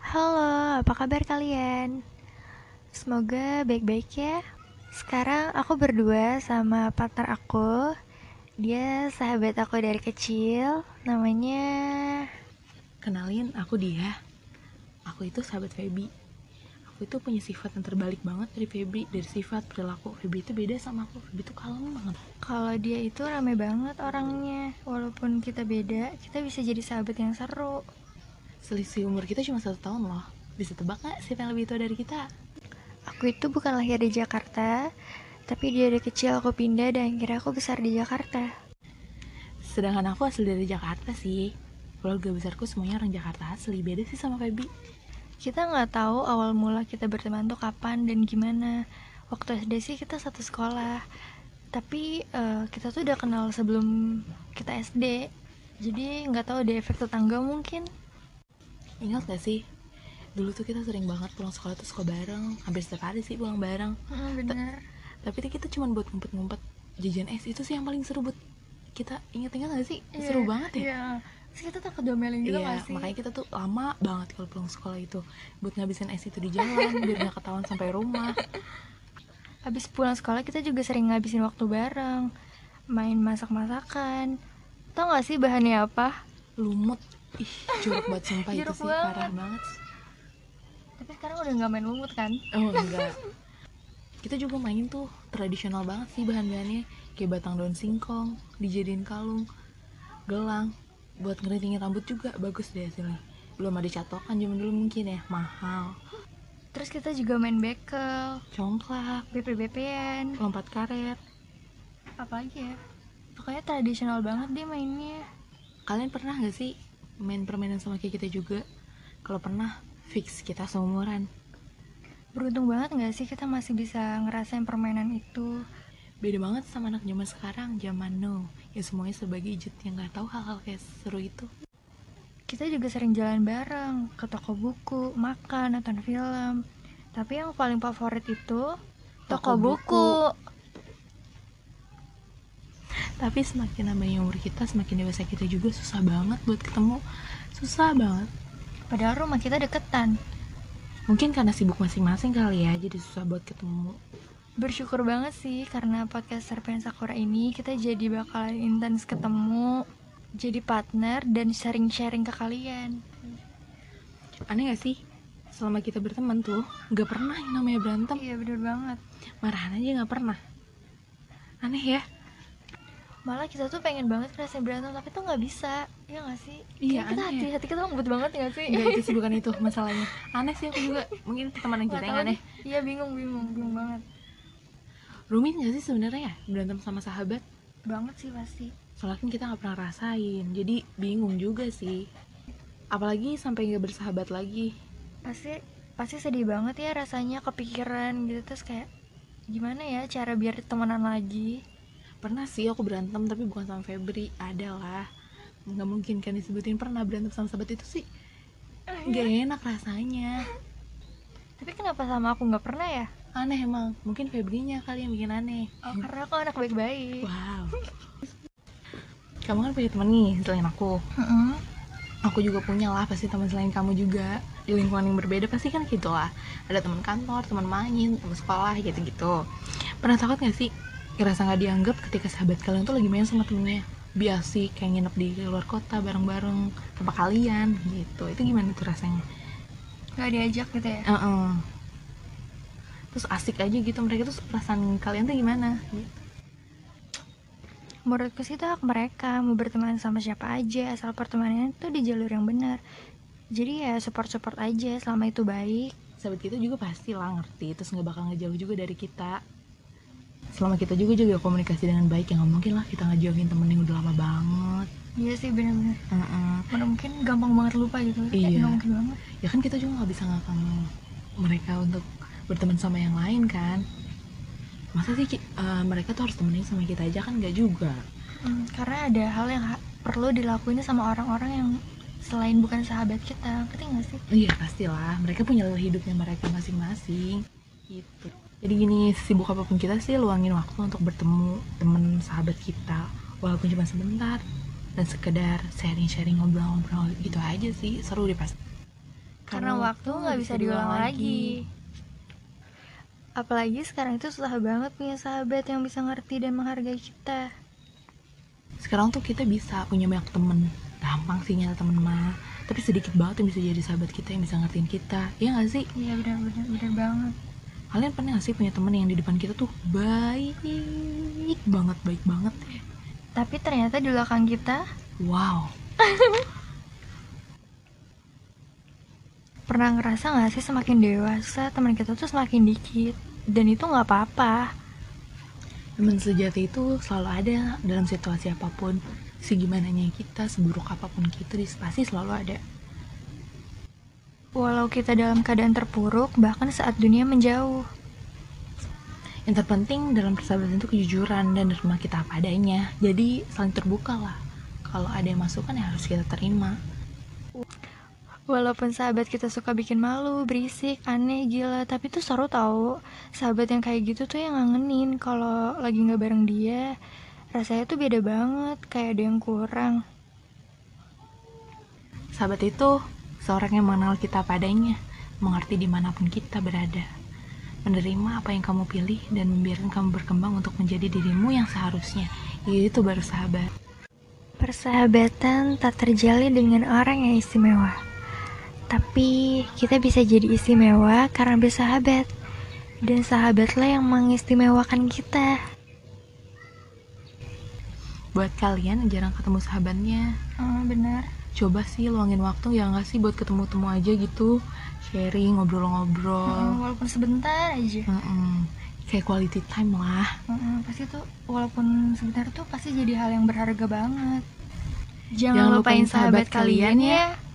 Halo, apa kabar kalian? Semoga baik-baik ya. Sekarang aku berdua sama partner aku. Dia sahabat aku dari kecil, namanya Kenalin, aku dia. Aku itu sahabat Feby. Aku itu punya sifat yang terbalik banget dari Feby, dari sifat perilaku. Feby itu beda sama aku. Feby itu kalem banget. kalau dia itu rame banget orangnya. Walaupun kita beda, kita bisa jadi sahabat yang seru. Selisih umur kita cuma satu tahun loh. Bisa tebak gak siapa yang lebih tua dari kita? Aku itu bukan lahir di Jakarta, tapi dari kecil aku pindah dan kira aku besar di Jakarta. Sedangkan aku asli dari Jakarta sih. Keluarga besarku semuanya orang Jakarta asli. Beda sih sama Feby. Kita nggak tahu awal mula kita berteman tuh kapan dan gimana. Waktu SD sih kita satu sekolah, tapi eh, kita tuh udah kenal sebelum kita SD. Jadi nggak tahu deh efek tetangga mungkin. Ingat gak sih? Dulu tuh kita sering banget pulang sekolah tuh sekolah bareng. Hampir setiap hari sih pulang bareng. bener. Tapi tuh kita cuma buat ngumpet-ngumpet jajan es itu sih yang paling seru buat kita inget-inget gak sih? Iya, Seru banget ya. Terus kita takut domelin juga iya, Gitu nggak sih? makanya kita tuh lama banget kalau pulang sekolah itu buat ngabisin es itu di jalan biar nggak ketahuan sampai rumah. Habis pulang sekolah kita juga sering ngabisin waktu bareng, main masak-masakan. Tau gak sih bahannya apa? Lumut, ih jorok banget sumpah itu Jorok sih banget. parah banget. Tapi sekarang udah nggak main lumut kan? Oh enggak. Kita juga main tuh tradisional banget sih bahan-bahannya kayak batang daun singkong dijadiin kalung, gelang buat ngeritingin rambut juga bagus deh hasilnya. Belum ada catokan zaman dulu mungkin ya mahal. Terus kita juga main bekel, Congklak, BP-BP-an, lompat karet. apa aja ya? Pokoknya tradisional banget deh mainnya. Kalian pernah gak sih main permainan sama kayak kita juga? Kalau pernah, fix kita seumuran. Beruntung banget gak sih kita masih bisa ngerasain permainan itu? Beda banget sama anak zaman sekarang, zaman now. Ya semuanya sebagai ijet yang gak tahu hal-hal kayak seru itu. Kita juga sering jalan bareng, ke toko buku, makan, nonton film. Tapi yang paling favorit itu Toko toko buku. Tapi semakin nambahnya umur kita, semakin dewasa kita juga susah banget buat ketemu. Susah banget. Padahal rumah kita deketan. Mungkin karena sibuk masing-masing kali ya, jadi susah buat ketemu. Bersyukur banget sih karena podcast Serpen Sakura ini kita jadi bakalan intens ketemu, jadi partner dan sharing-sharing ke kalian. Aneh gak sih? Selama kita berteman tuh, gak pernah yang namanya berantem. Iya bener banget. Marahan aja gak pernah. Aneh ya? Malah kita tuh pengen banget ngerasain berantem tapi tuh nggak bisa, ya nggak sih? Kayak Iya, kita aneh. Iya, hati hati kita lembut banget ya nggak sih? Enggak itu sih bukan itu masalahnya Aneh sih aku juga Mungkin pertemanan Nggak kita tahu yang aneh nih. Iya bingung bingung bingung banget. Rumit gak sih sebenarnya ya Berantem sama sahabat Banget sih pasti. Soalnya kan kita gak pernah rasain Jadi bingung juga sih Apalagi sampai gak bersahabat lagi Pasti pasti sedih banget ya rasanya kepikiran gitu terus kayak gimana ya cara biar temenan lagi? Pernah sih aku berantem Tapi bukan sama Febri Ada lah Gak mungkin kan disebutin Pernah berantem sama sahabat itu sih Gak Iya. enak rasanya Tapi kenapa sama aku nggak pernah ya? Aneh emang Mungkin Febrinya kali yang bikin aneh Oh, karena aku anak baik-baik. Wow Kamu kan punya temen nih Selain aku Heeh. aku juga punya lah pasti teman selain kamu juga di lingkungan yang berbeda pasti kan gitu lah ada teman kantor teman main teman sekolah gitu gitu pernah takut gak sih ngerasa nggak dianggap ketika sahabat kalian tuh lagi main sama temennya biasi kayak nginep di luar kota bareng-bareng sama kalian gitu itu gimana tuh rasanya Gak diajak gitu ya? Heeh. terus asik aja gitu mereka tuh perasaan kalian tuh gimana gitu. Menurutku sih itu hak mereka mau berteman sama siapa aja asal pertemanannya tuh di jalur yang benar. Jadi ya support-support aja selama itu baik. sahabat kita juga pasti lah ngerti terus nggak bakal ngejauh juga dari kita selama kita juga juga komunikasi dengan baik ya nggak mungkin lah kita ngejauhin temen yang udah lama banget Iya sih bener-bener. Heeh. Mana mungkin gampang banget lupa gitu. Kayak Iya. nggak mungkin banget. ya kan kita juga nggak bisa ngakang mereka untuk berteman sama yang lain kan masa sih ki- eh, mereka tuh harus temenin sama kita aja kan nggak juga Hmm, karena ada hal yang ha- perlu dilakuin sama orang-orang yang selain bukan sahabat kita. Ngerti gak sih? iya pastilah mereka punya lelah hidupnya mereka masing-masing gitu jadi gini sibuk apapun kita sih luangin waktu untuk bertemu temen sahabat kita walaupun cuma sebentar dan sekedar sharing-sharing ngobrol-ngobrol gitu aja sih seru deh pasti karena waktu nggak bisa diulang lagi. Apalagi sekarang itu susah banget punya sahabat yang bisa ngerti dan menghargai kita. Sekarang tuh kita bisa punya banyak temen Gampang sih nyari temen mah Tapi sedikit banget yang bisa jadi sahabat kita yang bisa ngertiin kita Iya gak sih? Iya benar-benar benar banget. Kalian pernah gak sih punya temen yang di depan kita tuh baik banget, baik banget Tapi ternyata di belakang kita Wow pernah ngerasa nggak sih semakin dewasa teman kita tuh semakin dikit dan itu nggak apa-apa. Temen sejati itu selalu ada dalam situasi apapun Segimananya kita, seburuk apapun kita, dis- pasti selalu ada Walau kita dalam keadaan terpuruk bahkan saat dunia menjauh. Yang terpenting dalam persahabatan itu kejujuran dan nerima kita apa adanya. Jadi saling terbuka lah. Kalau ada yang masukan ya harus kita terima. Walaupun sahabat kita suka bikin malu, berisik, aneh, gila, tapi tuh seru tau. Sahabat yang kayak gitu tuh yang ngangenin kalau lagi nggak bareng dia. Rasanya tuh beda banget, kayak ada yang kurang. Sahabat itu seorang yang mengenal kita apa adanya, mengerti dimanapun kita berada, menerima apa yang kamu pilih dan membiarkan kamu berkembang untuk menjadi dirimu yang seharusnya. Itu baru sahabat. Persahabatan tak terjalin dengan orang yang istimewa. Tapi kita bisa jadi istimewa karena bersahabat. Dan sahabatlah yang mengistimewakan kita. Buat kalian yang jarang ketemu sahabatnya, Oh, benar. coba sih luangin waktu ya nggak sih buat ketemu-temu aja gitu, sharing, Oh. Ah, ngobrol-ngobrol. Walaupun sebentar aja. Mm-mm. Kayak quality time lah. Mm-mm, pasti tuh walaupun sebentar tuh pasti jadi hal yang berharga banget. Jangan, Jangan lupain lupain sahabat, sahabat kalian kalian ya.